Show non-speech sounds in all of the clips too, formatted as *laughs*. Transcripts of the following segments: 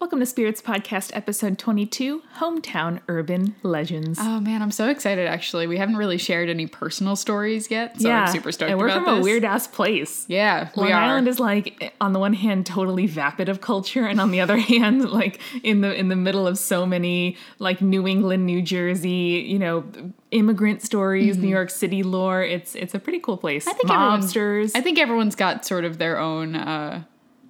Welcome to Spirits Podcast, episode 22 Hometown Urban Legends. Oh man, I'm so excited actually. We haven't really shared any personal stories yet, so I'm super stoked and we're about from a this. weird ass place. yeah, Long we are. Island is like, on the one hand, totally vapid of culture, and on the other *laughs* hand, like in the in the middle of so many like New England, New Jersey, you know, immigrant stories, New York City lore. It's it's a pretty cool place. I Mm-hmm. think everyone- mobsters. I think everyone's got sort of their own uh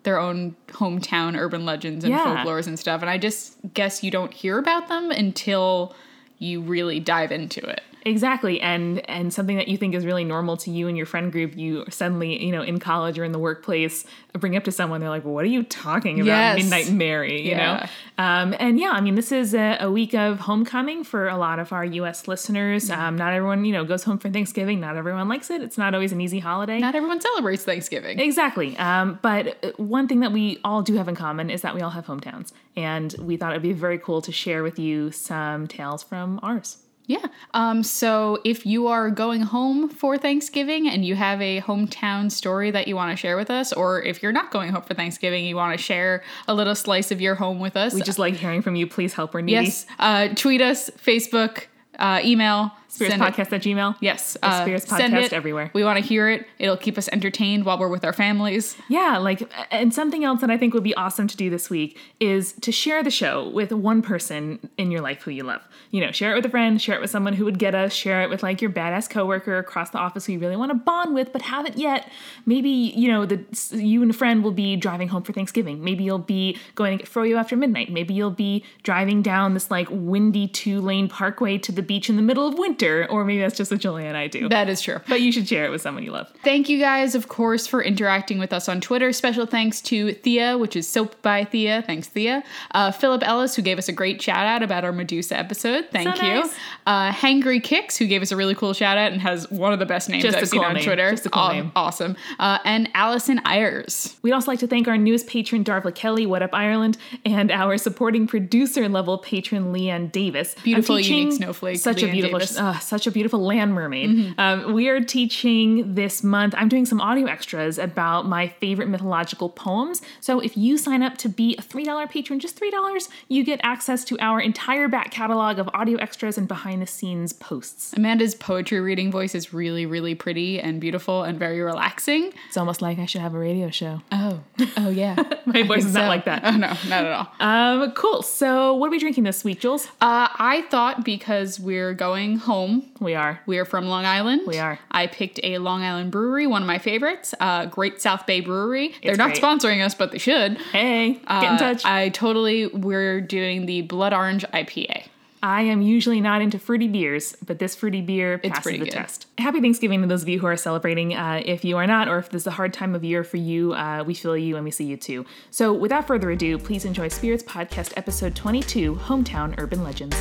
their own hometown urban legends and Yeah. folklores and stuff, and I just guess you don't hear about them until you really dive into it. Exactly, and and something that you think is really normal to you and your friend group, you suddenly, you know, in college or in the workplace, bring up to someone, they're like, "What are you talking about, Yes. Midnight Mary?" You Yeah. know, um, and yeah, I mean, this is a, a week of homecoming for a lot of our U.S. listeners. Um, not everyone, you know, goes home for Thanksgiving. Not everyone likes it. It's not always an easy holiday. Not everyone celebrates Thanksgiving. Exactly. Um, but uh, one thing that we all do have in common is that we all have hometowns, and we thought it'd be very cool to share with you some tales from ours. Yeah. Um, so if you are going home for Thanksgiving and you have a hometown story that you want to share with us, or if you're not going home for Thanksgiving, you want to share a little slice of your home with us, uh, We just like hearing from you. Please help. We're needy. yes, uh, tweet us, Facebook, uh, email, Spirits send it- podcast at Gmail. Yes, uh, Or Spirits send Podcast it. everywhere. We want to hear it. It'll keep us entertained while we're with our families. Yeah, like, and something else that I think would be awesome to do this week is to share the show with one person in your life who you love. You know, share it with a friend, share it with someone who would get us, share it with like your badass coworker across the office who you really want to bond with but haven't yet. Maybe, you know, the you and a friend will be driving home for Thanksgiving. Maybe you'll be going to get froyo after midnight. Maybe you'll be driving down this like windy two-lane parkway to the beach in the middle of winter, or maybe that's just what Julia and I do. That is true. but you should share it with someone you love. Thank you guys, of course, for interacting with us on Twitter. Special thanks to Thea, which is Soap by Thea. Thanks, Thea. Uh, Philip Ellis, who gave us a great shout out about our Medusa episode. Thank So you. nice. Uh, Hangry Kicks, who gave us a really cool shout out and has one of the best names Just I've a seen cool on name. Twitter. Just a cool Aw- name. Awesome. Uh, and Allison Ayers. We'd also like to thank our newest patron, Darvla Kelly, What Up Ireland, and our supporting producer level patron, Leanne Davis. I'm Beautiful, teaching unique snowflake, Such a Leanne beautiful, Davis. uh, such a beautiful land mermaid. Um, we are teaching this month. I'm doing some audio extras about my favorite mythological poems. So if you sign up to be a three dollar patron, just three dollars, you get access to our entire back catalog of audio extras and behind the scenes posts. Amanda's poetry reading voice is really, really pretty and beautiful and very relaxing. It's almost like I should have a radio show. Oh, oh *laughs* yeah. My *laughs* voice is not like that. Oh, *laughs* no, not at all. Um, cool. So what are we drinking this week, Jules? Uh, I thought because we're going home We are. We are from Long Island. We are. I picked a Long Island brewery, one of my favorites, uh, Great South Bay Brewery. They're not great. sponsoring us, but they should. Hey, get in Uh, touch. I totally, we're doing the Blood Orange IPA. I am usually not into fruity beers, but this fruity beer passes pretty the good. test. Happy Thanksgiving to those of you who are celebrating. Uh, if you are not, or if this is a hard time of year for you, uh, we feel you and we see you too. So, without further ado, please enjoy Spirits Podcast Episode 22 Hometown Urban Legends.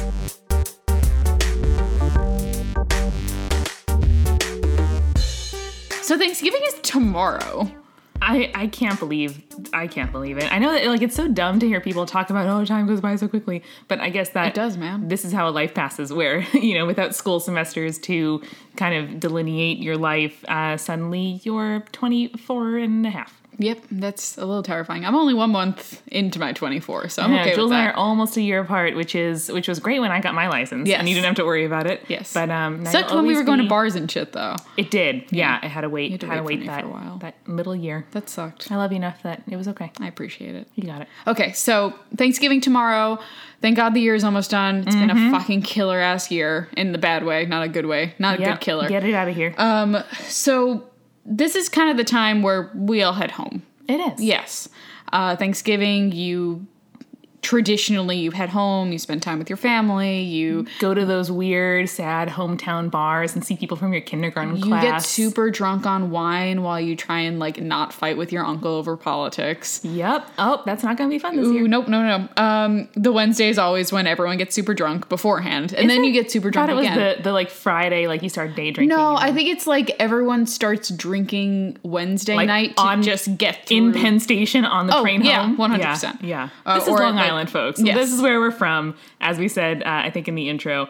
So Thanksgiving is tomorrow. I, I can't believe I can't believe it. I know that like it's so dumb to hear people talk about oh time goes by so quickly, but I guess that It does, man. This is how a life passes, where *laughs* you know without school semesters to kind of delineate your life, uh, suddenly you're 24 and a half. Yep, that's a little terrifying. I'm only one month into my 24, so I'm Yeah, okay Jules with and I that. are almost a year apart, which is which was great when I got my license, Yes. and you didn't have to worry about it. Yes. but um, now Except you'll when we always were going be- to bars and shit, though. It did, yeah. I had to wait. to had to wait for wait me for that a while. that middle year. That sucked. I love you enough that it was okay. I appreciate it. You got it. Okay, so Thanksgiving tomorrow. Thank God the year is almost done. It's been a Mm-hmm. fucking killer ass year in the bad way, not a good way, not a Yeah, good killer. Get it out of here. Um, so this is kind of the time where we all head home. it is. Yes, uh, Thanksgiving. You traditionally you head home. You spend time with your family. You go to those weird, sad hometown bars and see people from your kindergarten you class. get super drunk on wine while you try and like not fight with your uncle over politics. Yep. Oh, that's not going to be fun this year. Ooh, nope, no, no. no. Um, the Wednesday is always when everyone gets super drunk beforehand, and then it? you get super I thought drunk it was again. the, the like Friday, like you start day drinking. no, I think it's like everyone starts drinking Wednesday Like, night to on- just get through. in Penn Station on the train Oh, yeah, home. 100%. Yeah. yeah. Uh, this is or, Long like- Island, folks. Yes. This is where we're from. As we said, uh, I think in the intro,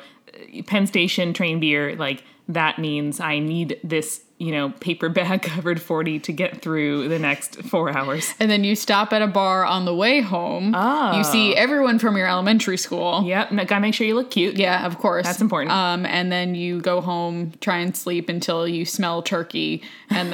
Penn Station train beer, like that means I need this, you know, paper bag *laughs* covered 40 to get through the next four hours. And then you stop at a bar on the way home. Oh. You see everyone from your elementary school. Yep, no, gotta make sure you look cute. Yeah, of course. That's important. Um, and then you go home, try and sleep until you smell turkey, and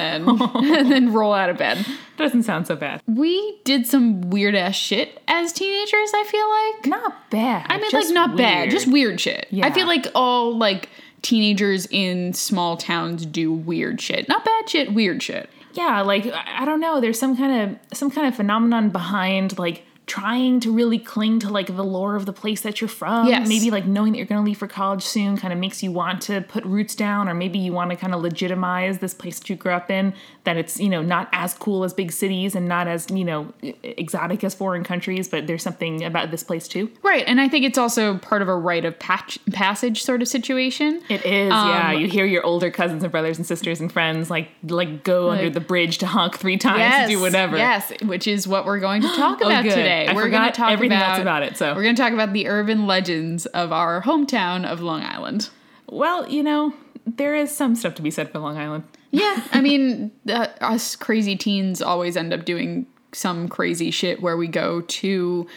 *laughs* then *laughs* and then roll out of bed. Doesn't sound so bad. We did some weird ass shit as teenagers. I feel like Not bad. I mean, like not bad, just weird shit. I Yeah. feel like all like teenagers in small towns do weird shit. Not bad shit, weird shit. yeah like i I don't know there's some kind of some kind of phenomenon behind like trying to really cling to like the lore of the place that you're from Yes. maybe like knowing that you're going to leave for college soon kind of makes you want to put roots down or maybe you want to kind of legitimize this place that you grew up in that it's you know not as cool as big cities and not as you know e- exotic as foreign countries but there's something about this place too Right, and I think it's also part of a rite of patch- passage sort of situation. it is yeah Um, you hear your older cousins and brothers and sisters and friends like like go under Like- the bridge to honk three times to do whatever Yes, which is what we're going to *gasps* talk Oh, about good. today. I we're forgot going to talk everything about, else about it, so. we're going to talk about the urban legends of our hometown of Long Island. Well, you know, there is some stuff to be said for Long Island. Yeah, *laughs* I mean, uh, us crazy teens always end up doing some crazy shit where we go to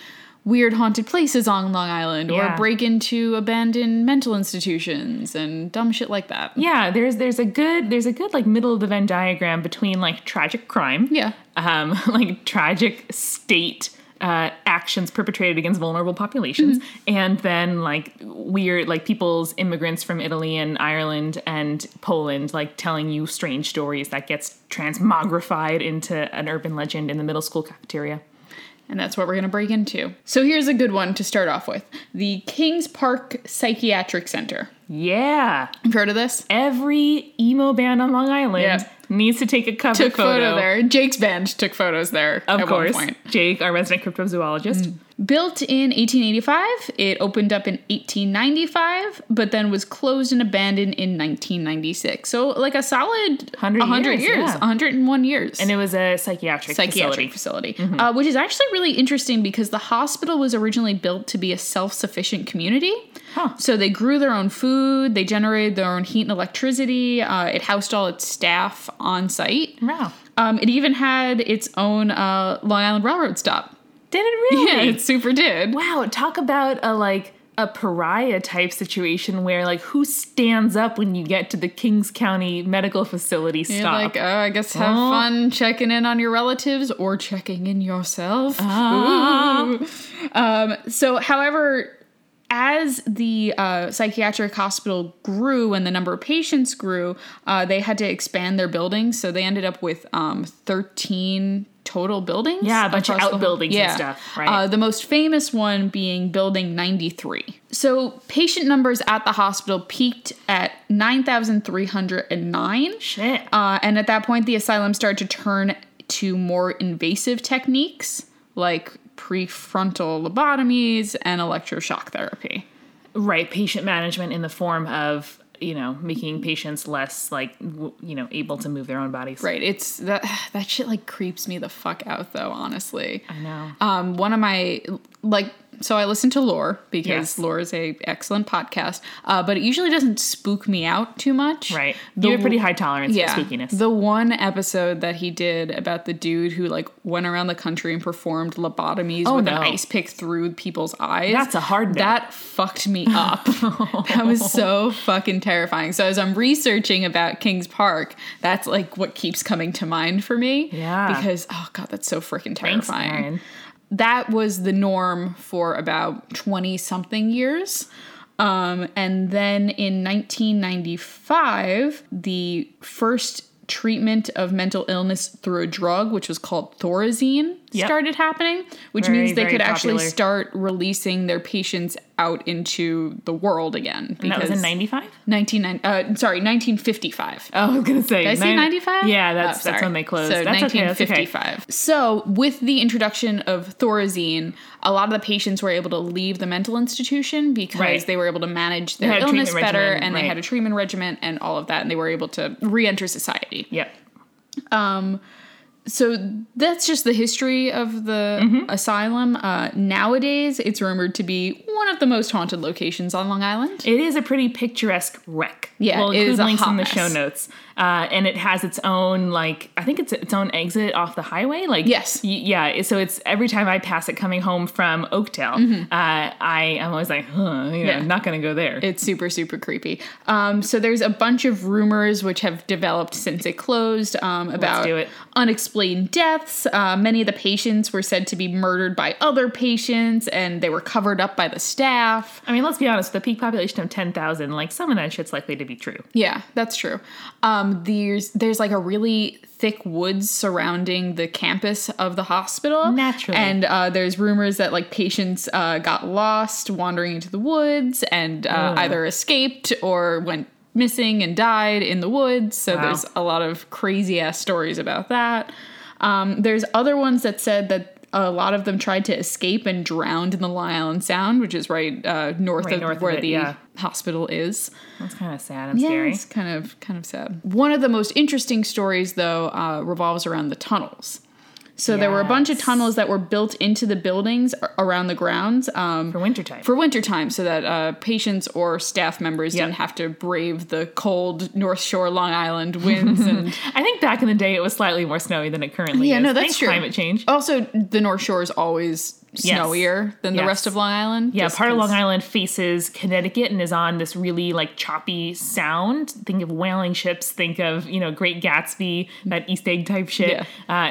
weird haunted places on Long Island or Yeah. break into abandoned mental institutions and dumb shit like that. Yeah, there's there's a good there's a good like middle of the Venn diagram between like tragic crime, Yeah. um, *laughs* like tragic state uh, actions perpetrated against vulnerable populations, Mm-hmm. and then like weird like people's immigrants from Italy and Ireland and Poland like telling you strange stories that gets transmogrified into an urban legend in the middle school cafeteria. And that's what we're going to break into. So here's a good one to start off with the Kings Park Psychiatric Center. Yeah, Have you heard of this? every emo band on Long Island Yeah. needs to take a cover took photo. photo there. Jake's band took photos there Of at course, one point. Mm. Jake, our resident cryptozoologist. Built in 1885, it opened up in 1895, but then was closed and abandoned in 1996. So like a solid 100 100 years, years, yeah. 101 years. And it was a psychiatric, Psychiatric facility. facility, uh, which is actually really interesting because the hospital was originally built to be a self sufficient community. Huh. So they grew their own food, they generated their own heat and electricity, uh, it housed all its staff on site. Wow. Um, it even had its own uh, Long Island Railroad stop. *laughs* Did it really? Yeah, it super did. Wow. Talk about a like a pariah type situation where like who stands up when you get to the Kings County Medical Facility You're stop? like, oh, I guess have Oh. fun checking in on your relatives or checking in yourself. Ah. Ooh. Um, so, however, as the uh, psychiatric hospital grew and the number of patients grew, uh, they had to expand their buildings. So they ended up with um, 13 total buildings. Yeah, a bunch of across the whole- outbuildings and stuff, right? Uh, the most famous one being Building 93. So patient numbers at the hospital peaked at 9,309. Shit. Um, Uh, and at that point, the asylum started to turn to more invasive techniques like prefrontal lobotomies and electroshock therapy. right patient management in the form of you know making patients less like w- you know able to move their own bodies. Right. It's that *sighs* that shit like creeps me the fuck out though, honestly. I know. Um, one of my like so I listen to Lore because Yes. Lore is a excellent podcast, uh, but it usually doesn't spook me out too much. Right. The you have a pretty w- high tolerance yeah, for spookiness. The one episode that he did about the dude who like went around the country and performed lobotomies with an Oh, no. ice pick through people's eyes. That's a hard no. That fucked *laughs* me up. that was so fucking terrifying. So as I'm researching about Kings Park, that's like what keeps coming to mind for me. Yeah. Because oh god, that's so freaking Thanks, terrifying Aaron. that was the norm for about 20 something years. Um, and then in 1995, the first treatment of mental illness through a drug, which was called Thorazine, Yep. started happening, which Very, means they very could actually popular. start releasing their patients out into the world again. And that was in '95. because 1990 uh, sorry, 1955. Oh, I was gonna say. Did I say nine- 95? Yeah, Oh, that's sorry. that's when they closed. So that's okay, that's okay. 1955. So with the introduction of Thorazine, a lot of the patients were able to leave the mental institution because Right. they were able to manage their had a illness treatment better regimen, and they right. had a treatment regimen and all of that and they were able to re-enter society. Yep. Um so that's just the history of the Mm-hmm. asylum. Uh, nowadays, it's rumored to be one of the most haunted locations on Long Island. It is a pretty picturesque wreck. Yeah, we'll it include is a links hot in the mess. show notes, uh, and it has its own like I think it's its own exit off the highway. Like Yes. y- yeah. So it's every time I pass it coming home from Oakdale, uh, I am always like, huh, you know, Mm-hmm. Yeah. I'm not going to go there. *laughs* It's super, super creepy. Um, so there's a bunch of rumors which have developed since it closed um, about do it. unexplained deaths. Uh, many of the patients were said to be murdered by other patients, and they were covered up by the staff. I mean, let's be honest. With a peak population of ten thousand, like some of that shit's likely to be true. Yeah, that's true. Um, there's there's like a really thick woods surrounding the campus of the hospital. Naturally. and uh, there's rumors that like patients uh, got lost wandering into the woods and uh, Oh. either escaped or went missing and died in the woods. So Wow. there's a lot of crazy ass stories about that. Um, there's other ones that said that. A lot of them tried to escape and drowned in the Long Island Sound, which is right uh, north Right of north of where it, the yeah. hospital is. That's kind of sad and Yeah, scary. it's kind of kind of sad. One of the most interesting stories, though, uh, revolves around the tunnels. So there were a bunch of Yes. tunnels that were built into the buildings a- around the grounds um, For wintertime. for wintertime, so that uh, patients or staff members Yep. didn't have to brave the cold North Shore Long Island *laughs* winds. and I think back in the day it was slightly more snowy than it currently Yeah, is. no, that's Thanks, true. Climate change. also, the North Shore is always Yes. snowier than the Yes. rest of Long Island. Yeah, just part of 'cause- Long Island faces Connecticut and is on this really like choppy sound. Think of whaling ships. Think of you know Great Gatsby, that East Egg type shit. Yeah.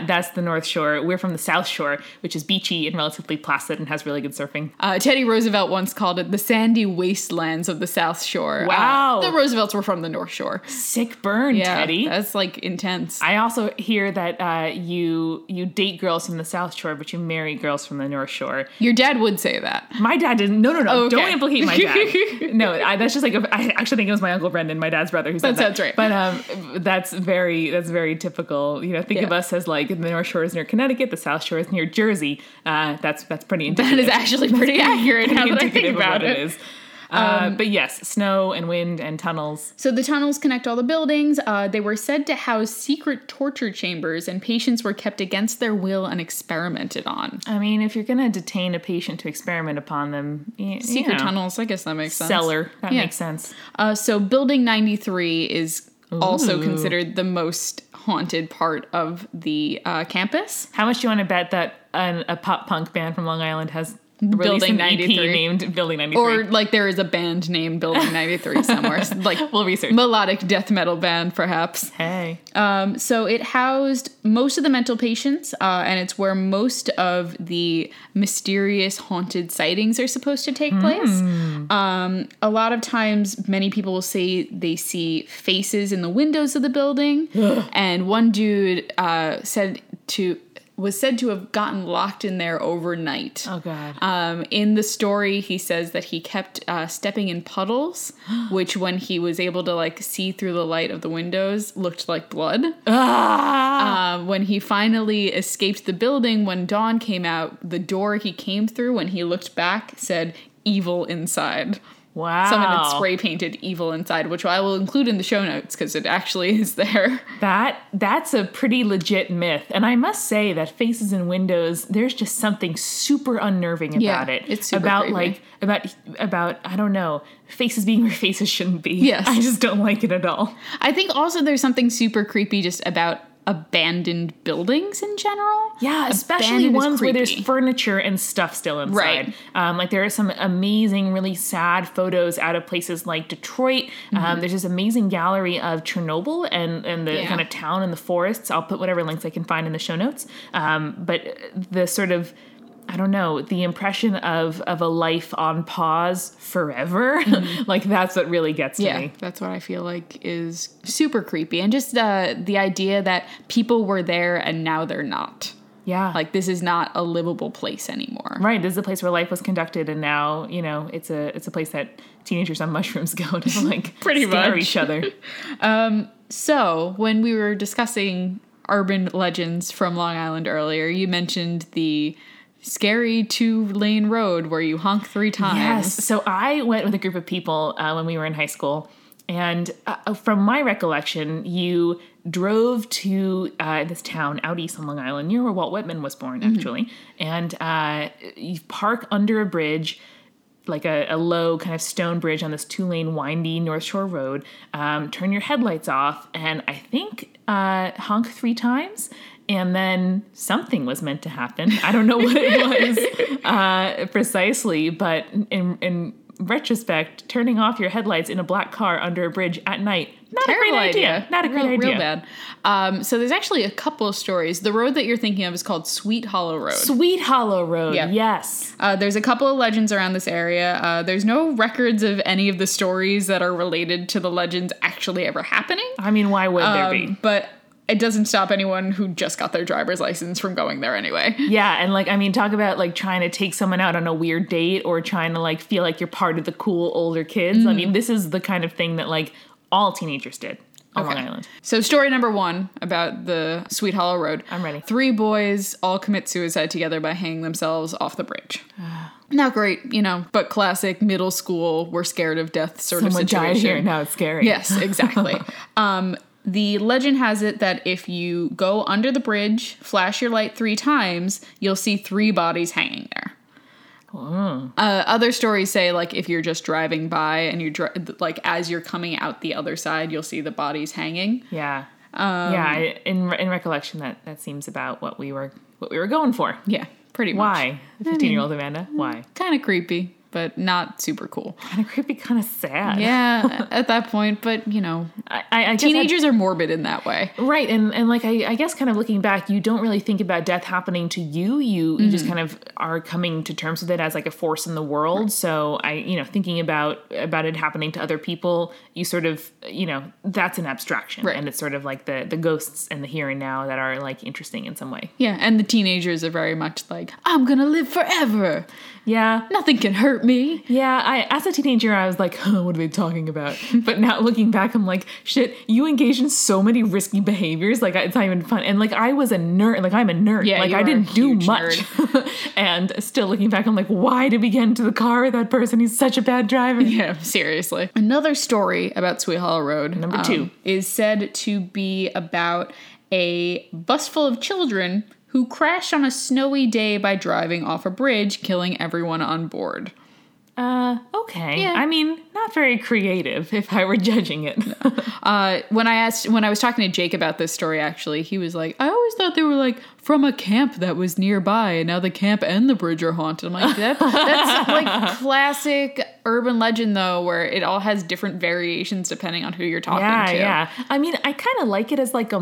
Uh, that's the North Shore. We're from the South Shore, which is beachy and relatively placid and has really good surfing. Uh, Teddy Roosevelt once called it the sandy wastelands of the South Shore. Uh, Wow. the Roosevelts were from the North Shore. Sick burn, Yeah, Teddy. That's like intense. I also hear that uh, you you date girls from the South Shore, but you marry girls from the North Shore. Your dad would say *laughs* that. My dad didn't. No, no, no. Oh, okay. Don't implicate my dad. no, I, that's just like a, I actually think it was my uncle Brendan, my dad's brother, who said That that. sounds right. But um, that's very that's very typical. You know, think of Yeah. us as like the North Shore is near Connecticut, the South Shore is near Jersey. Uh, that's that's pretty. That Indicative. is actually pretty accurate now that I think indicative of what about it. it is. Uh, but yes, snow and wind and tunnels. So the tunnels connect all the buildings. Uh, they were said to house secret torture chambers, and patients were kept against their will and experimented on. I mean, if you're going to detain a patient to experiment upon them, y- you, Secret know, tunnels, I guess that makes sense. cellar that Yeah. makes sense. Uh, so Building 93 is also Ooh. considered the most haunted part of the uh, campus. How much do you want to bet that an, a pop punk band from Long Island has released Building an 93. EP named Building 93? Or like there is a band named Building 93 *laughs* somewhere, like we'll research. melodic death metal band perhaps. hey, Um, so it housed most of the mental patients, uh, and it's where most of the mysterious haunted sightings are supposed to take place. Um, a lot of times, many people will say they see faces in the windows of the building, and one dude uh, said to was said to have gotten locked in there overnight. oh god, Um, in the story, he says that he kept uh, stepping in puddles, which when he was able to like see through the light of the windows, looked like blood. Oh. ah! Uh, when he finally escaped the building, when dawn came out, the door he came through, when he looked back, said "evil inside." wow, Someone had spray painted "evil inside," which I will include in the show notes because it actually is there. *laughs* that that's a pretty legit myth, and I must say that faces and windows, there's just something super unnerving about Yeah, it. it's super about creepy. like about about I don't know faces being where faces shouldn't be. Yes. I just don't like it at all. I think also there's something super creepy just about abandoned buildings in general. Yeah, especially Abandoned is ones where there's creepy. furniture and stuff still inside. Right. Um, like there are some amazing, really sad photos out of places like Detroit. Um, there's this amazing gallery of Chernobyl and and the Mm-hmm. Yeah. kind of town and the forests. I'll put whatever links I can find in the show notes. Um, but the sort of I don't know the impression of of a life on pause forever. *laughs* like that's what really gets to Mm-hmm. Yeah, me. that's what I feel like is super creepy. And just uh, the idea that people were there and now they're not. Yeah. Like, this is not a livable place anymore. *laughs* Right, this is a place where life was conducted, and now you know it's a it's a place that teenagers on mushrooms go to *laughs* like Pretty scare much. each other. So, when we were discussing urban legends from Long Island earlier, you mentioned the scary two lane road where you honk three times. Yes. So I went with a group of people uh, when we were in high school. And uh, from my recollection, you drove to uh, this town out east on Long Island, near where Walt Whitman was born, actually, and uh, you park under a bridge. Like a, a low kind of stone bridge on this two lane windy North Shore Road. Um, turn your headlights off, and I think uh, honk three times, and then something was meant to happen. I don't know what it *laughs* was uh, precisely, but in, in retrospect, turning off your headlights in a black car under a bridge at night, not a Terrible great idea. Not a great real, idea. Real bad. Um, so there's actually a couple of stories. The road that you're thinking of is called Sweet Hollow Road. Sweet Hollow Road, Yeah. yes. Uh, there's a couple of legends around this area. Uh, there's no records of any of the stories that are related to the legends actually ever happening. I mean, why would there Um, be? but it doesn't stop anyone who just got their driver's license from going there anyway. Yeah, and like, I mean, talk about like trying to take someone out on a weird date or trying to like feel like you're part of the cool older kids. I Mm. mean, this is the kind of thing that like all teenagers did on Okay. Long Island. So, story number one about the Sweet Hollow Road. I'm ready. Three boys all commit suicide together by hanging themselves off the bridge. Ah. Not great, you know, but classic middle school, we're scared of death sort Someone of situation. died here. Now it's scary. Yes, *laughs* exactly. um, the legend has it that if you go under the bridge, flash your light three times, you'll see three bodies hanging there. Uh, other stories say like if you're just driving by and you dri- like as you're coming out the other side, you'll see the bodies hanging. Yeah. yeah. I- In in recollection, that that seems about what we were what we were going for. Yeah, pretty much. Why fifteen year old Amanda? Why? Kind of creepy, but not super cool. Kind of creepy. Kind of sad. *laughs* Yeah, at that point, but you know, I, I, I guess I- teenagers are morbid in that way. right. And and like I, I guess kind of looking back, you don't really think about death happening to you. You you just kind of are coming to terms with it as like a force in the world. So I you know thinking about about it happening to other people, you sort of you know that's an abstraction, Right. and it's sort of like the the ghosts and the here and now that are like interesting in some way. Yeah, and the teenagers are very much like, I'm gonna live forever. Yeah. Nothing can hurt me. Yeah, I as a teenager I was like, huh, what are they talking *laughs* about? But now looking back, I'm like, shit, you engage in so many risky behaviors. Like it's not even fun. And like I was a nerd. Like I'm a nerd. Yeah, like you I are a didn't do huge much. *laughs* and still looking back, I'm like, why did we get into the car with that person? He's such a bad driver. Yeah, seriously. Another story about Sweet Hollow Road, um, Number two. is said to be about a bus full of children who crashed on a snowy day by driving off a bridge, killing everyone on board. Uh, okay. Yeah. I mean, not very creative if I were judging it. Uh, when I asked, when I was talking to Jake about this story, actually, he was like, "I always thought they were like from a camp that was nearby, and now the camp and the bridge are haunted." I'm like, that, *laughs* "That's like classic urban legend, though, where it all has different variations depending on who you're talking yeah, to." yeah. I mean, I kind of like it as like a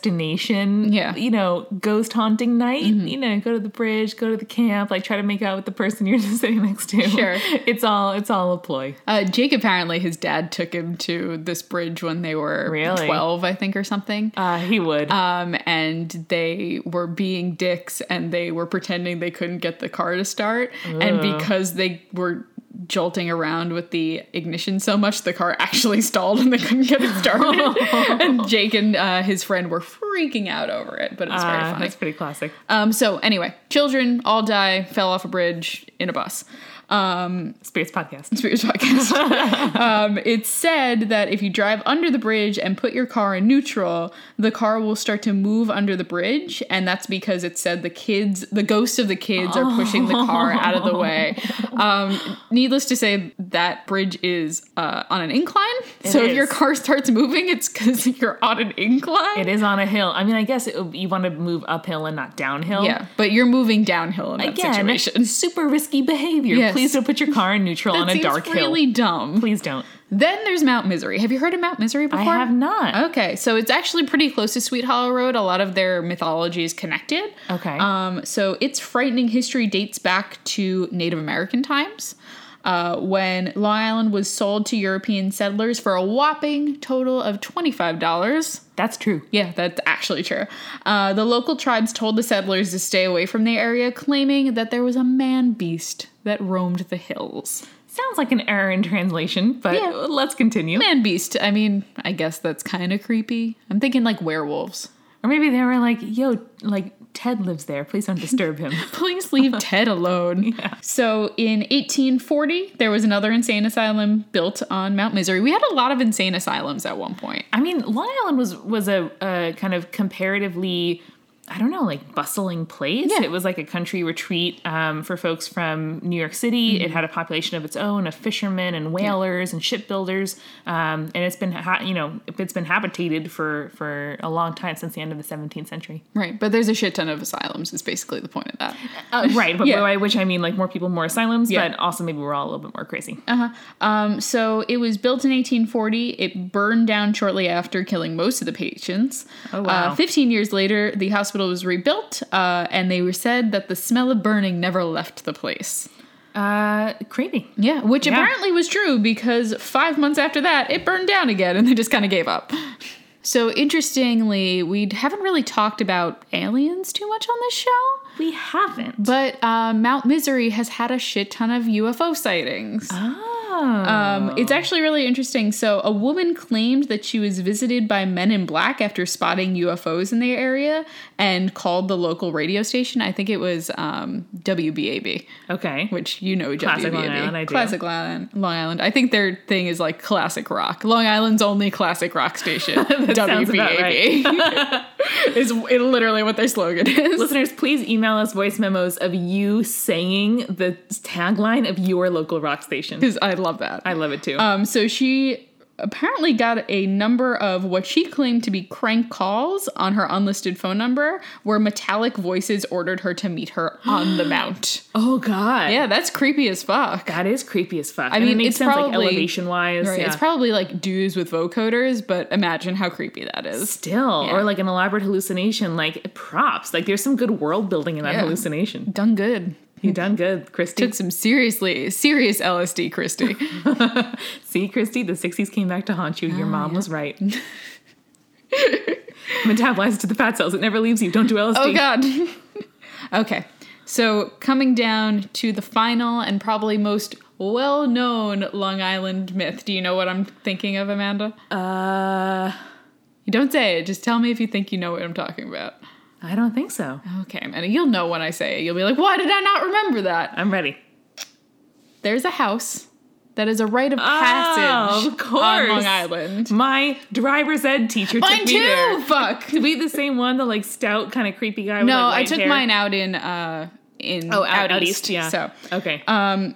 multi-destination, Yeah. Mm-hmm. you know, ghost haunting night. You know, go to the bridge, go to the camp, like try to make out with the person you're *laughs* sitting next to. Sure. it's all it's all a ploy. Uh, Jake apparently his dad took him to this bridge when they were Really? twelve, I think, or something. Uh, he would. Um, and they were being dicks and they were pretending they couldn't get the car to start. And because they were jolting around with the ignition so much, the car *laughs* actually stalled and they couldn't get it *laughs* started. and Jake and uh, his friend were freaking out over it, but it was very Uh, funny. that's pretty classic. Um, so anyway, children all die, fell off a bridge in a bus. Um, Spirits podcast. Spears *laughs* podcast. um, it's said that if you drive under the bridge and put your car in neutral, the car will start to move under the bridge, and that's because it said the kids, the ghosts of the kids, are pushing the car out *laughs* of the way. Um, needless to say, that bridge is uh, on an incline, so if your is. car starts moving, it's because you're on an incline. It is on a hill. I mean, I guess it, would- you want to move uphill and not downhill. Yeah, but you're moving downhill in that Again, situation. super risky behavior. Yes. Please don't put your car in *laughs* neutral on a Seems dark hill. really dumb. Please don't. Then there's Mount Misery. Have you heard of Mount Misery I before? have not. Okay, so it's actually pretty close to Sweet Hollow Road. A lot of their mythology is connected. Okay. Um, so its frightening history dates back to Native American times, uh, when Long Island was sold to European settlers for a whopping total of twenty-five dollars. That's true. Yeah, that's actually true. Uh, the local tribes told the settlers to stay away from the area, claiming that there was a man beast that roamed the hills. Sounds like an error in translation, but Yeah. let's continue. Man beast. I mean, I guess that's kind of creepy. I'm thinking like werewolves. Or maybe they were like, yo, like Ted lives there. Please don't disturb *laughs* him. Please leave Ted alone. So in 1840, there was another insane asylum built on Mount Misery. We had a lot of insane asylums at one point. I mean, Long Island was was a, a kind of comparatively, I don't know, like bustling place. Yeah. It was like a country retreat um, for folks from New York City. Mm-hmm. It had a population of its own of fishermen and whalers and shipbuilders, um, and it's been ha- you know it's been habitated for for a long time since the end of the 17th century. Right, but there's a shit ton of asylums. Is basically the point of that. Uh, *laughs* right, but Oh, Yeah. by which I mean like more people, more asylums, Yeah. but also maybe we're all a little bit more crazy. Um, so it was built in 1840. It burned down shortly after, killing most of the patients. Oh, wow. Uh, 15 years later, the hospital was rebuilt, uh, and they were said that the smell of burning never left the place. Uh, creepy. Yeah, which Yeah. apparently was true because five months after that, it burned down again and they just kind of gave up. So, interestingly, we haven't really talked about aliens too much on this show, We haven't. but uh, Mount Misery has had a shit ton of UFO sightings. oh. Um, it's actually really interesting. So, a woman claimed that she was visited by men in black after spotting UFOs in the area and called the local radio station. I think it was um, WBAB, Uh, okay. which you know Classic WBAB. Long Island, I do. Classic Long Island, Long Island. I think their thing is like classic rock. Long Island's only classic *laughs* rock station, sounds about WBAB. *laughs* is it literally what their slogan is. Listeners, please email us voice memos of you saying the tagline of your local rock station. Because I love that. I love it too. Um, so she apparently got a number of what she claimed to be crank calls on her unlisted phone number where metallic voices ordered her to meet her *gasps* on the mount. oh god. Yeah, that's creepy as fuck. That is creepy as fuck. I mean, it makes it's sense like probably- elevation wise. Right, Yeah. It's probably like dudes with vocoders, but imagine how creepy that is. Still, Yeah. or like an elaborate hallucination, like props. Like there's some good world building in that Yeah. hallucination. Done good. You done good, Christy. Took some seriously serious LSD, *laughs* Christy. See, Christy, the 60s came back to haunt you. Your Ah, mom was right. *laughs* Metabolized to the fat cells. It never leaves you. Don't do LSD. Oh God. *laughs* okay. So coming down to the final and probably most well-known Long Island myth. Do you know what I'm thinking of, Amanda? Uh, You don't say it. Just tell me if you think you know what I'm talking about. I don't think so. Okay, Amanda. You'll know when I say it. You'll be like, "Why did I not remember that?" I'm ready. There's a house that is a rite of passage Oh, of course. on Long Island. My driver's ed teacher Mine took too. me there. *laughs* Fuck. Did we the same one, the like stout kind of creepy guy? With, like, No, I white took hair? mine out in uh in Oh, out, out east. Yeah. So um, okay.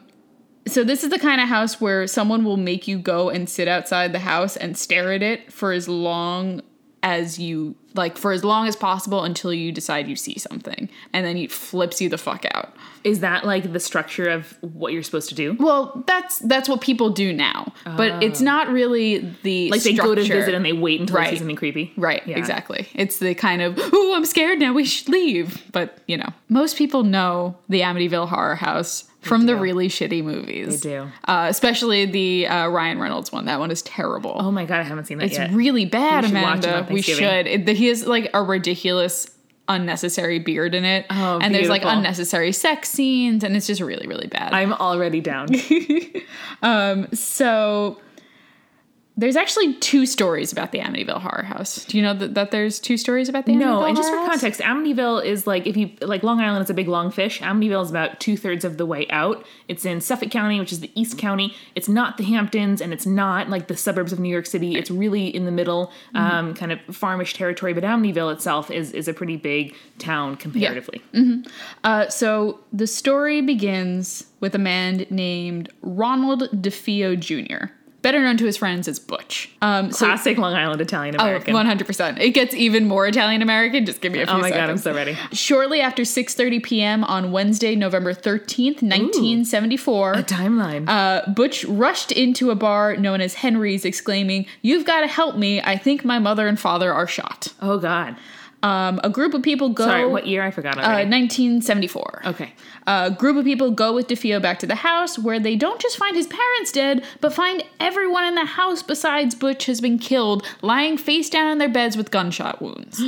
So this is the kind of house where someone will make you go and sit outside the house and stare at it for as long as you like for as long as possible until you decide you see something and then it flips you the fuck out. Is that like the structure of what you're supposed to do? Well, that's that's what people do now. But it's not really the Oh. Like they go to structure. visit and they wait until they see Right. something creepy. Right, Yeah. exactly. It's the kind of, ooh, I'm scared now, we should leave. But, you know, most people know the Amityville Horror House from the really shitty movies. They do. Uh, especially the uh, Ryan Reynolds one. That one is terrible. Oh my god, I haven't seen that it's yet. really bad, We should watch it on Amanda. We Thanksgiving. should. It, he has like a ridiculous, unnecessary beard in it. Oh, and there's like beautiful. unnecessary sex scenes, and it's just really, really bad. I'm already down. so. There's actually two stories about the Amityville Horror House. Do you know that, that there's two stories about the Amityville No, Horror and just for House? context, Amityville is like if you like Long Island is a big long fish. Amityville is about two thirds of the way out. It's in Suffolk County, which is the East County. It's not the Hamptons, and it's not like the suburbs of New York City. It's really in the middle, Mm-hmm. um, kind of farmish territory. But Amityville itself is is a pretty big town comparatively. Uh, so the story begins with a man named Ronald DeFeo Jr., better known to his friends as Butch. Um, so, Classic Long Island Italian Oh, American. 100%. It gets even more Italian American. Just give me a few oh my seconds. god, I'm so ready. Shortly after 6:30 p.m. on Wednesday, November 13th, 1974, Timeline. uh, Butch rushed into a bar known as Henry's, exclaiming, "You've got to help me! I think my mother and father are shot." oh god. Um, a group of people go. Sorry, what year? I forgot Uh, already. 1974. okay. A group of people go with DeFeo back to the house where they don't just find his parents dead, but find everyone in the house besides Butch has been killed, lying face down in their beds with gunshot wounds.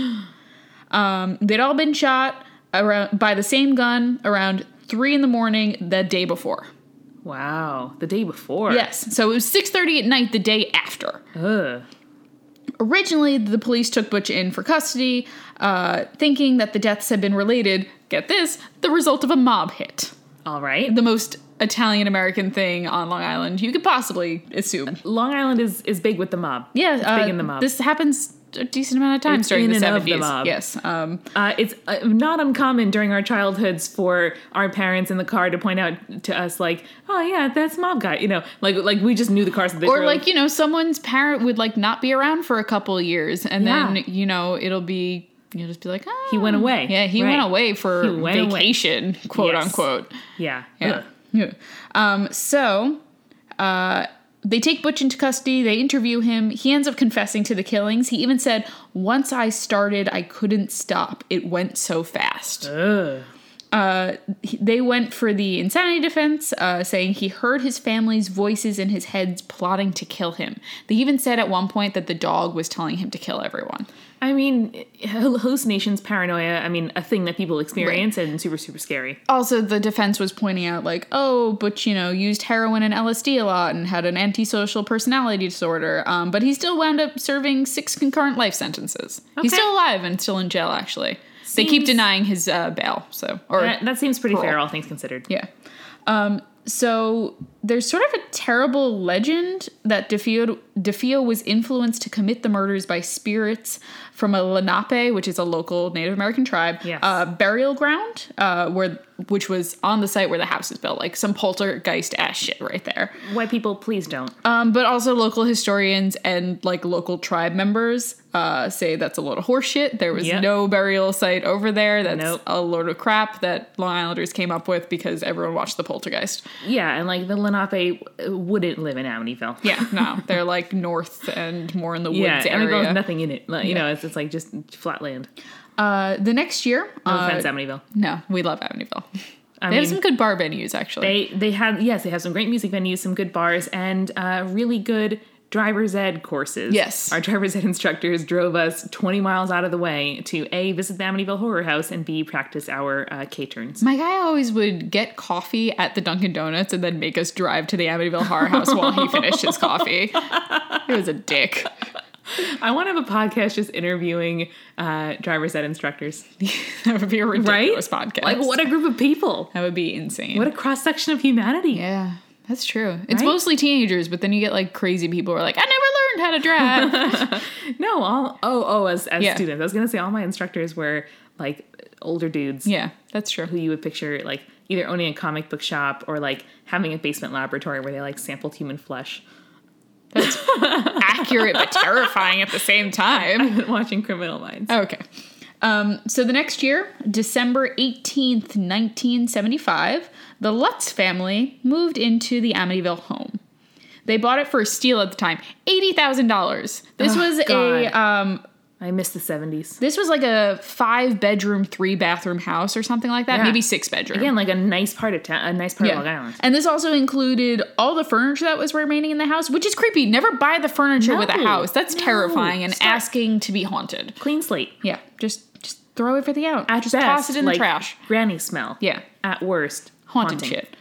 um, they'd all been shot around, by the same gun around 3 in the morning the day before. Wow. The day before. Yes, so it was 6:30 at night the day after. Ugh. Originally, the police took Butch in for custody, uh, thinking that the deaths had been related, get this, the result of a mob hit. All right. The most Italian American thing on Long Island you could possibly assume. Long Island is, is big with the mob. Yeah, uh, big in the mob. This happens a decent amount of times It's during in the and of the 70s. mob. Yes. Um, Uh, it's uh, not uncommon during our childhoods for our parents in the car to point out to us like, "Oh yeah, that's mob guy," you know, like like we just knew the cars that they or drove. like you know someone's parent would like not be around for a couple of years and Yeah. then you know it'll be you'll just be like oh. He went away. yeah he went Right. away for He went away. vacation quote Yes. unquote yeah, yeah. Ugh. yeah um so uh they take Butch into custody. They interview him. He ends up confessing to the killings. He even said, Once I started, I couldn't stop. It went so fast Ugh. uh, he- they went for the insanity defense, uh, saying he heard his family's voices in his heads plotting to kill him. They even said at one point that the dog was telling him to kill everyone. I mean, hal- hallucinations, paranoia. I mean, a thing that people experience and super super scary. Also, the defense was pointing out, like, oh, but you know, used heroin and LSD a lot and had an antisocial personality disorder, um, but he still wound up serving six concurrent life sentences. He's Okay. still alive and still in jail, actually. They keep Seems- denying his uh, bail, so. Or, That, that seems pretty fair, Cool. all things considered. Yeah. Um, so there's sort of a terrible legend that DeFeo, DeFeo was influenced to commit the murders by spirits from a Lenape, which is a local Native American tribe, Yes. uh, burial ground, uh, where which was on the site where the house is built, like some poltergeist ass shit right there. White people, please don't. Um, but also local historians and like local tribe members uh, say that's a load of horseshit. There was Yep. no burial site over there. That's Nope. a load of crap that Long Islanders came up with because everyone watched The Poltergeist. yeah, and like the Lenape uh, wouldn't live in Amityville. Yeah, *laughs* no, they're like north and more in the woods yeah, Amityville has area. nothing in it. Like, You know, it's, it's like just flat land. Uh, the next year, No uh, offense, Amityville. no, we love *laughs* Amityville. I they mean, have some good bar venues actually. They they have yes, they have some great music venues, some good bars, and uh, really good driver's ed courses. Yes. our driver's ed *laughs* instructors drove us twenty miles out of the way to a visit the Amityville Horror House and b practice our uh, K turns. My guy always would get coffee at the Dunkin' Donuts and then make us drive to the Amityville Horror House while he finished *laughs* his coffee. It was a dick. I want to have a podcast just interviewing uh, driver's ed instructors. *laughs* that would be a ridiculous podcast. Like what a group of people! That would be insane. What a cross section of humanity! yeah, that's true. It's Right? mostly teenagers, but then you get like crazy people who are like, I never learned *laughs* how to drive. No, all oh oh as as Yeah. students, I was gonna say all my instructors were like older dudes. yeah, that's true. who you would picture like either owning a comic book shop or like having a basement laboratory where they like sampled human flesh *laughs* Accurate but terrifying at the same *laughs* time. watching criminal minds Okay. Um, so the next year, December 18th, 1975, the Lutz family moved into the Amityville home. They bought it for a steal at the time, $80,000. This Oh, was God. a um, i miss the 70s this was like a 5 bedroom, 3 bathroom house or something like that, Yeah. maybe 6 bedroom. again like a nice part of town a nice part of long island And this also included all the furniture that was remaining in the house, which is creepy. Never buy the furniture with a No, house. That's no, terrifying and stop. asking to be haunted. clean slate Yeah, just just throw everything out. at just best, toss it in like, the trash. granny smell Yeah. at worst Haunted shit.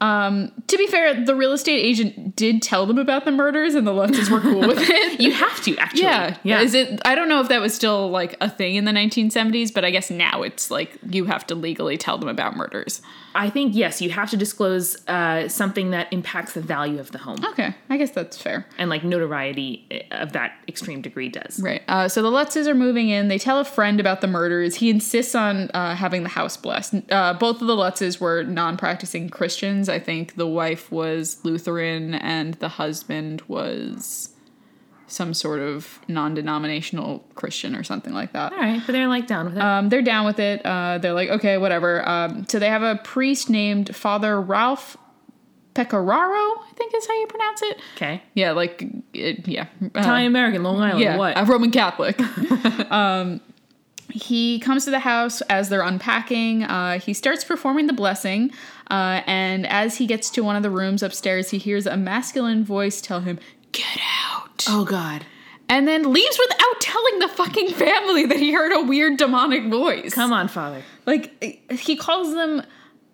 Um, to be fair, the real estate agent did tell them about the murders and the Lutzes were cool *laughs* with it. you have to actually yeah. yeah Is it I don't know if that was still like a thing in the 1970s, but I guess now it's like you have to legally tell them about murders. i think yes you have to disclose uh, something that impacts the value of the home Okay. I guess that's fair. and like notoriety eh, of that extreme degree does Right. Uh, so the Lutzes are moving in. They tell a friend about the murders. He insists on uh, having the house blessed. Uh, both of the Lutzes were non practicing Christians. I think the wife was Lutheran and the husband was some sort of non denominational Christian or something like that. all right but they're like down with it Um, they're down with it. Uh, they're like, okay, whatever. Um, so they have a priest named Father Ralph Pecoraro, I think is how you pronounce it. okay Yeah, like, it, yeah. Uh, italian american long island yeah, what a Roman Catholic. *laughs* um, he comes to the house as they're unpacking. Uh, he starts performing the blessing, uh, and as he gets to one of the rooms upstairs, he hears a masculine voice tell him, "Get out," oh god and then leaves without telling the fucking family that he heard a weird demonic voice. come on father Like he calls them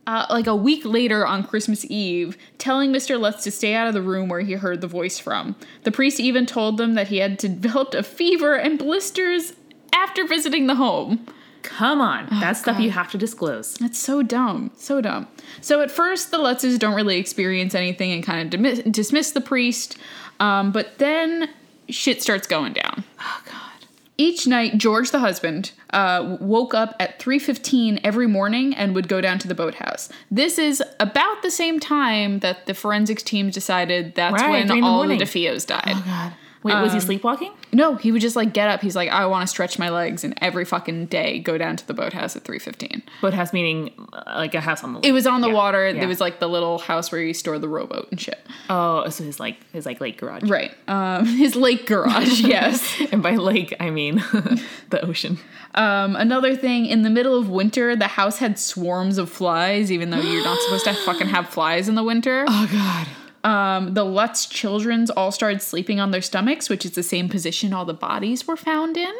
uh, like a week later on Christmas Eve, telling Mr. Lutz to stay out of the room where he heard the voice from. The priest even told them that he had developed a fever and blisters after visiting the home. Come on. Oh, That's stuff you have to disclose. That's so dumb. So dumb. So at first, the Lutzes don't really experience anything and kind of dimi- dismiss the priest, um, but then shit starts going down. Oh, God. Each night, George, the husband, uh, woke up at 3.15 every morning and would go down to the boathouse. This is about the same time that the forensics team decided that's Right, three when in the all the morning. Oh, DeFios died. God. Wait, was Um, he sleepwalking? No, he would just, like, get up. He's like, I want to stretch my legs, and every fucking day go down to the boathouse at 3.15. Boathouse meaning uh, like a house on the lake. It was on the water. yeah. There was like the little house where you store the rowboat and shit. oh, so his like his like lake garage. Right. Um, *laughs* his lake garage. *laughs* yes. And by lake, I mean *laughs* the ocean. Um, another thing, in the middle of winter, the house had swarms of flies, even though you're not supposed to fucking have flies in the winter. Oh God. Um, the Lutz children's all started sleeping on their stomachs, which is the same position all the bodies were found in.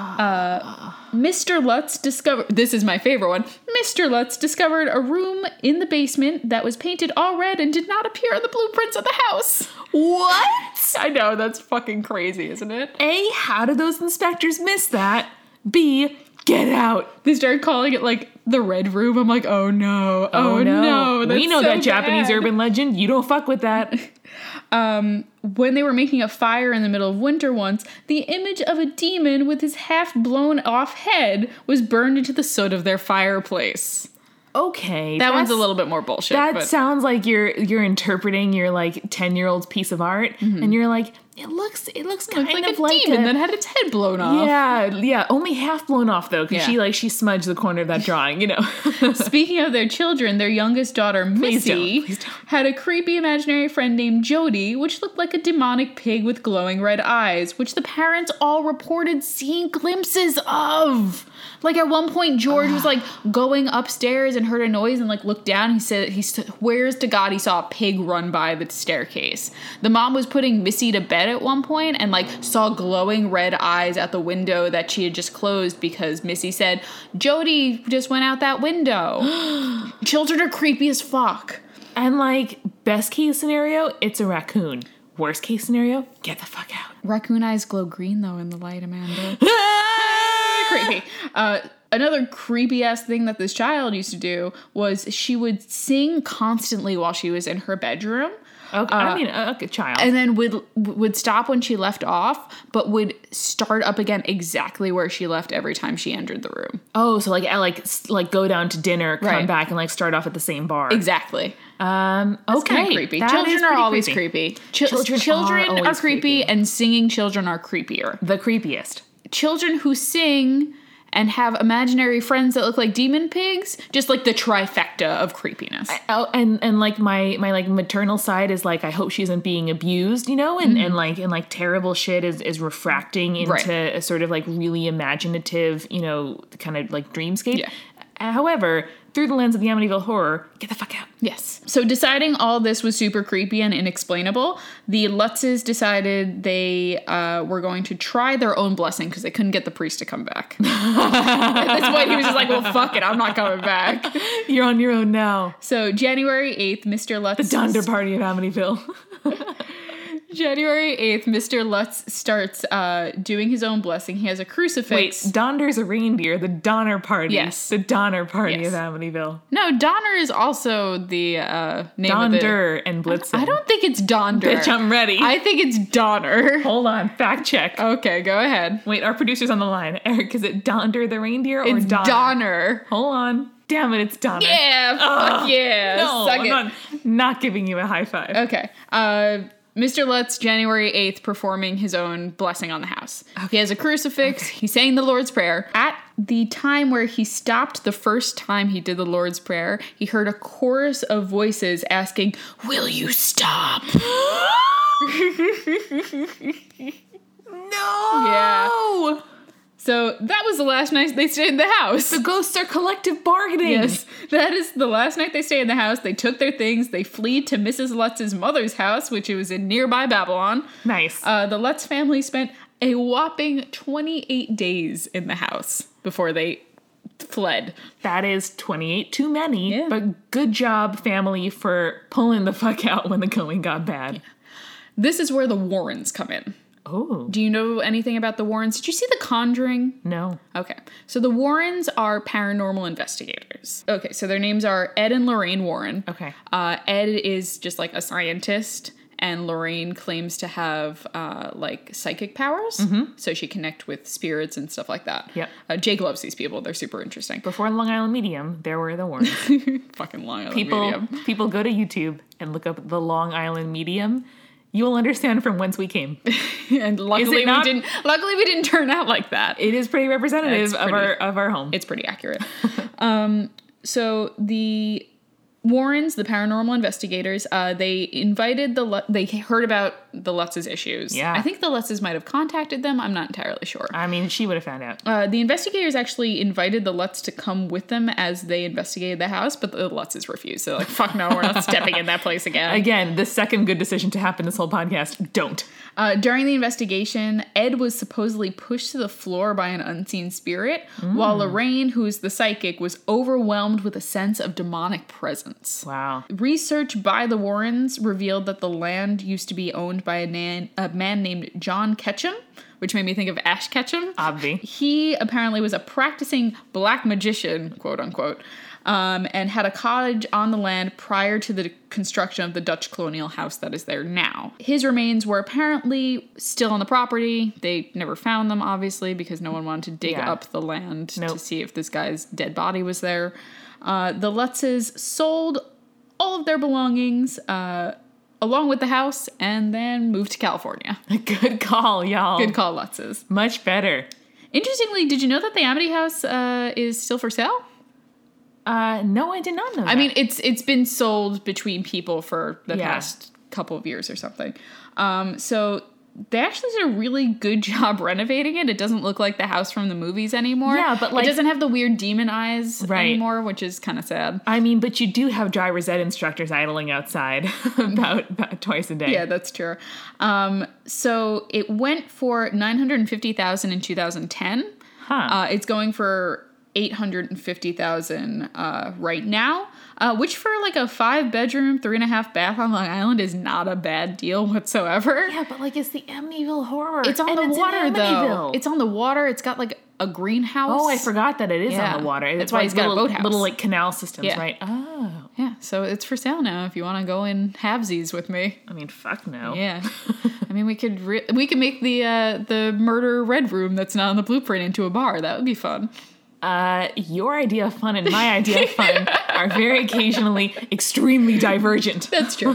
Uh, Mr. Lutz discovered this is my favorite one. Mr. Lutz discovered a room in the basement that was painted all red and did not appear on the blueprints of the house. What? *laughs* I know, that's fucking crazy, isn't it? A, how did those inspectors miss that? B, get out. They started calling it like the red room. I'm like, oh no, oh, no. that's we know so that Japanese bad. urban legend. You don't fuck with that. when they were making a fire in the middle of winter once, the image of a demon with his half blown off head was burned into the soot of their fireplace. Okay. That one's a that's- little bit more bullshit. That but- sounds like you're you're interpreting your like ten year old's piece of art, and you're like, it looks it looks kind It's Mm-hmm. like of a like demon a- that had its head blown off. Yeah, yeah. Only half blown off though, because Yeah. she like she smudged the corner of that drawing. You know. *laughs* Speaking of their children, their youngest daughter, Missy, don't, please don't. had a creepy imaginary friend named Jody, which looked like a demonic pig with glowing red eyes, which the parents all reported seeing glimpses of. Like at one point, George *sighs* was like going upstairs and heard a noise and like looked down. He said he swears to God he saw a pig run by the staircase. The mom was putting Missy to bed at one point and like saw glowing red eyes at the window that she had just closed because Missy said Jody just went out *gasps* that window. Children are creepy as fuck. and like best case scenario, it's a raccoon. Worst case scenario, get the fuck out. *laughs* Raccoon eyes glow green though in the light, Amanda. *laughs* creepy. Uh, another creepy ass thing that this child used to do was she would sing constantly while she was in her bedroom, Okay, I mean, uh, okay, child. and then would would stop when she left off, but would start up again exactly where she left every time she entered the room. oh, so like I like s- like go down to dinner, come Right. back, and like start off at the same bar. Exactly. Um, okay, Kind of creepy. That is children are pretty always creepy. Chil- Children children are are, always creepy, and singing children are creepier. The creepiest. children who sing and have imaginary friends that look like demon pigs, just like the trifecta of creepiness. Oh, and and like my my like maternal side is like I hope she isn't being abused, you know, and Mm-hmm. and like and like terrible shit is is refracting into Right. a sort of like really imaginative, you know, kind of like dreamscape. Uh, Yeah. However, through the lens of the Amityville horror, get the fuck out. *laughs* yes. So deciding all this was super creepy and inexplainable, the Lutzes decided they uh, were going to try their own blessing because they couldn't get the priest to *laughs* come back. At this point, he was just like, "Well, fuck it, I'm not coming back." You're on your own now. So January eighth, Mr. Lutz Dunder party of Amityville. *laughs* January eighth, Mr. Lutz starts uh, doing his own blessing. He has a Wait, crucifix. Donder's a reindeer. The Donner party. Yes. the Donner party Yes. of Amityville. No, Donner is also the uh, name of the Donder and Blitzen. I don't think it's Donner. Bitch, I'm ready. I think it's Donner. Hold on, fact check. Okay, go ahead. Wait, our producer's on the line. *laughs* Eric, is it Donder the reindeer or It's Donner? Donner. Hold on. Damn it, it's Donner. Yeah, fuck Ugh. yeah. No, suck I'm it. Not, not giving you a high five. *laughs* Okay. Uh, Mr. Lutz, January 8th, performing his own blessing on the house. He has a crucifix. He sang the Lord's Prayer. At the time where he stopped the first time he did the Lord's Prayer, he heard a chorus of voices asking, Will you stop? no. Yeah. So that was the last night they stayed in the house. *laughs* The ghosts are collective bargaining. Yes, that is the last night they stayed in the house. They took their things. They flee to Mrs. Lutz's mother's house, which was in nearby Babylon. Nice. Uh, the Lutz family spent a whopping 28 days in the house before they fled. That is 28 too many, Yeah. but good job, family, for pulling the fuck out when the going got bad. This is where the Warrens come in. Oh, Do you know anything about the Warrens? Did you see The Conjuring? no. Okay. So the Warrens are paranormal investigators. Okay, so their names are Ed and Lorraine Warren. Okay. Uh, Ed is just like a scientist, and Lorraine claims to have uh, like psychic powers, so she connect with spirits and stuff like that. Mm-hmm. Yep. Uh, Jake loves these people; they're super interesting. *laughs* Before Long Island Medium, there were the Warrens. Fucking Long Island People, Medium. people go to YouTube and look up the Long Island Medium. You will understand from whence we came. *laughs* and luckily not- we didn't. Luckily we didn't turn out like that. It is pretty representative That's of our of our home. it's *laughs* pretty accurate. um, so the Warrens, the paranormal investigators, uh, they invited the Lu- they heard about the Lutz's issues. Yeah. I think the Lutzes might have contacted them. I'm not entirely sure. I mean, she would have found out. Uh, the investigators actually invited the Lutz to come with them as they investigated the house, but the Lutzes refused. They're like, "Fuck no, we're not stepping in that *laughs* place again." Again, the second good decision to happen this whole podcast. Don't. Uh, during the investigation, Ed was supposedly pushed to the floor by an unseen spirit, while Lorraine, who is the psychic, was overwhelmed with a sense of demonic presence. Wow. Research by the Warrens revealed that the land used to be owned by a, nan- a man named John Ketchum, which made me think of Ash Ketchum. Obvi. *laughs* He apparently was a practicing black magician, quote unquote, um, and had a cottage on the land prior to the construction of the Dutch colonial house that is there now. His remains were apparently still on the property. They never found them, obviously, because no one wanted to dig Yeah. up the land to Nope. see if this guy's dead body was there. Uh, the Lutzes sold all of their belongings. Uh, Along with the house, and then moved to California. Good call, y'all. Good call, Lutzes. Much better. Interestingly, did you know that the Amity House uh, is still for sale? Uh, no, I did not know. I mean, it's it's been sold between people for the Yeah. past couple of years or something. Um, so they actually did a really good *laughs* job renovating it. It doesn't look like the house from the movies anymore. Yeah, but, like- it doesn't have the weird demon eyes Right. anymore, which is kind of sad. I mean, but you do have dry rosette instructors idling outside *laughs* about, about twice a day. Yeah, that's true. Um, so it went for nine hundred fifty thousand in two thousand ten. Huh. Uh, it's going for eight hundred and fifty thousand uh, right now, uh, which for like a five bedroom, three and a half bath on Long Island is not a bad deal whatsoever. yeah, but like it's the Amityville horror. it's on and the in water though. Amityville. It's on the water. It's got like a greenhouse. oh, I forgot that it is Yeah. on the water. That's It's why like he's got a little, boathouse. Little like canal systems, Yeah. right? Oh, Yeah, so it's for sale now. If you want to go in halvesies with me, I mean, fuck no. *laughs* yeah. I mean, we could re- we could make the uh, the murder red room that's not on the blueprint into a bar. That would be fun. Uh, your idea of fun and my idea of fun are very occasionally extremely *laughs* divergent. That's true.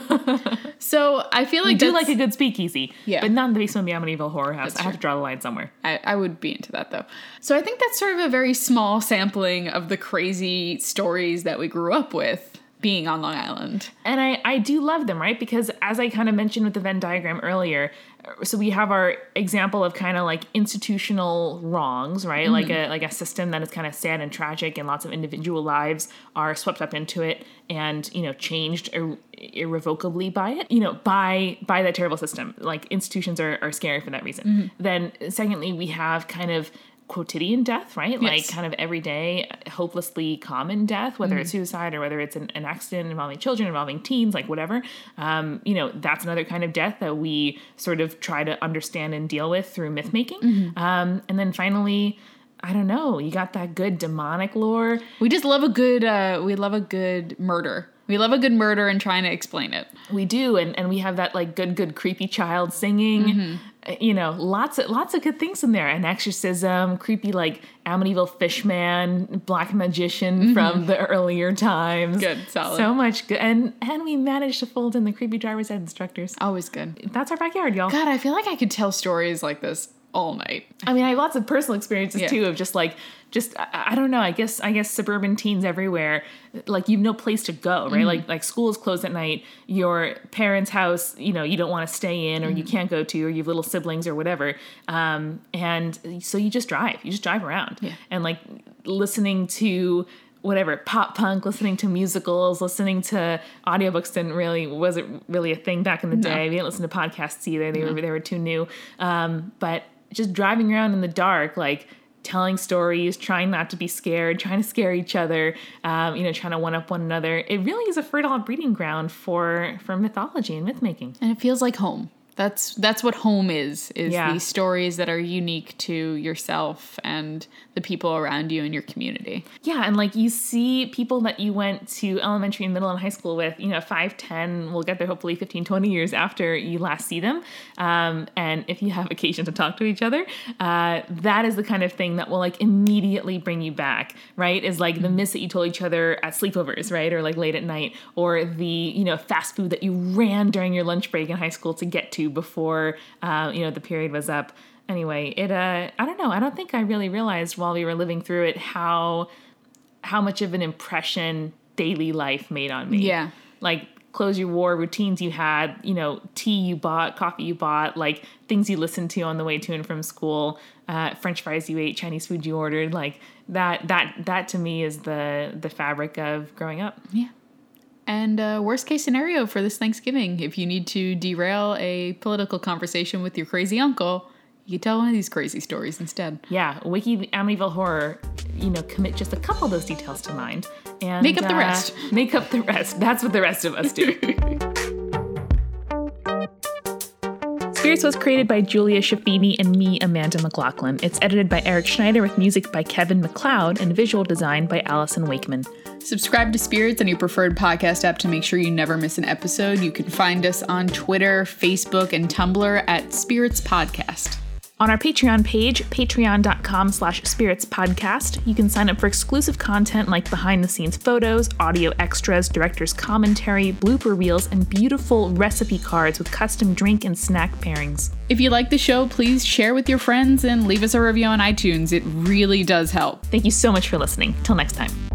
so I feel like I do that's- like a good speakeasy, Yeah. but not in the basement of the Amityville horror house. I true. have to draw the line somewhere. I, I would be into that though. So I think that's sort of a very small sampling of the crazy stories that we grew up with being on Long Island. And I, I do love them, right? Because as I kind of mentioned with the Venn diagram earlier, uh, so we have our example of kind of like institutional wrongs, right? Like a like a system that is kind of sad and tragic, and lots of individual lives are swept up into it, and you know changed ir- irrevocably by it, you know by by that terrible system. Like institutions are are scary for that reason. Then secondly, we have kind of quotidian death, right? Like Yes. kind of everyday, hopelessly common death, whether it's suicide or whether it's an, an accident involving children, involving teens, like whatever. Um, you know, that's another kind of death that we sort of try to understand and deal with through myth making. Um, and then finally, I don't know, you got that good demonic lore. We just love a good uh, we love a good murder. We love a good murder and trying to explain it. We do, and, and we have that like good, good creepy child singing. Mm-hmm. Uh, You know, lots of lots of good things in there. An exorcism, creepy like Amityville fishman, black magician from the earlier times. Mm-hmm. Good, solid. So much good, and and we managed to fold in the creepy driver's ed instructors. Always good. That's our backyard, y'all. God, I feel like I could tell stories like this all night. I mean, I have lots of personal experiences Yeah. too of just like, just I, I don't know. I guess I guess suburban teens everywhere, like you've no place to go, Mm-hmm. right? Like like school is closed at night. Your parents' house, you know, you don't want to stay in, or Mm-hmm. you can't go to, or you have little siblings or whatever. Um, and so you just drive. You just drive around, Yeah. and like listening to whatever pop punk listening to musicals listening to audiobooks didn't really wasn't really a thing back in the day we didn't listen to podcasts either they were they were too new um, but just driving around in the dark like telling stories, trying not to be scared, *laughs* trying to scare each other, um, you know, trying to one up one another. It really is a fertile breeding ground for for mythology and myth making. And it feels like home. That's that's what home is. Is Yeah. these stories that are unique to yourself and the people around you and your community. Yeah, and like you see people that you went to elementary and middle and high school with, you know, 5, 10, we'll get there hopefully 15, 20 years after you last see them. Um, and if you have occasion to talk to each other, uh, that is the kind of thing that will like immediately bring you back, right? Is like the myths that you told each other at sleepovers, right? Or like late at night, or the, you know, fast food that you ran during your lunch break in high school to get to before, uh, you know, the period was up anyway it uh i don't know i don't think i really realized while we were living through it how how much of an impression daily life made on me Yeah. like clothes you wore routines you had you know tea you bought coffee you bought like things you listened to on the way to and from school uh, french fries you ate chinese food you ordered like that that that to me is the the fabric of growing up Yeah. And uh, worst case scenario for this Thanksgiving, if you need to derail a political conversation with your crazy uncle, you can tell one of these crazy stories instead. yeah wiki amityville horror you know commit just a couple of those details to mind and uh, Make up the rest. *laughs* make up the rest that's what the rest of us do *laughs* Spirits was created by Julia Shafini and me, Amanda McLaughlin. It's edited by Eric Schneider with music by Kevin McLeod and visual design by Allison Wakeman. Subscribe to Spirits on your preferred podcast app to make sure you never miss an episode. You can find us on Twitter, Facebook, and Tumblr at Spirits Podcast. On our Patreon page, patreon.com slash spiritspodcast, you can sign up for exclusive content like behind-the-scenes photos, audio extras, director's commentary, blooper reels, and beautiful recipe cards with custom drink and snack pairings. If you like the show, please share with your friends and leave us a review on iTunes. It really does help. Thank you so much for listening. Till next time.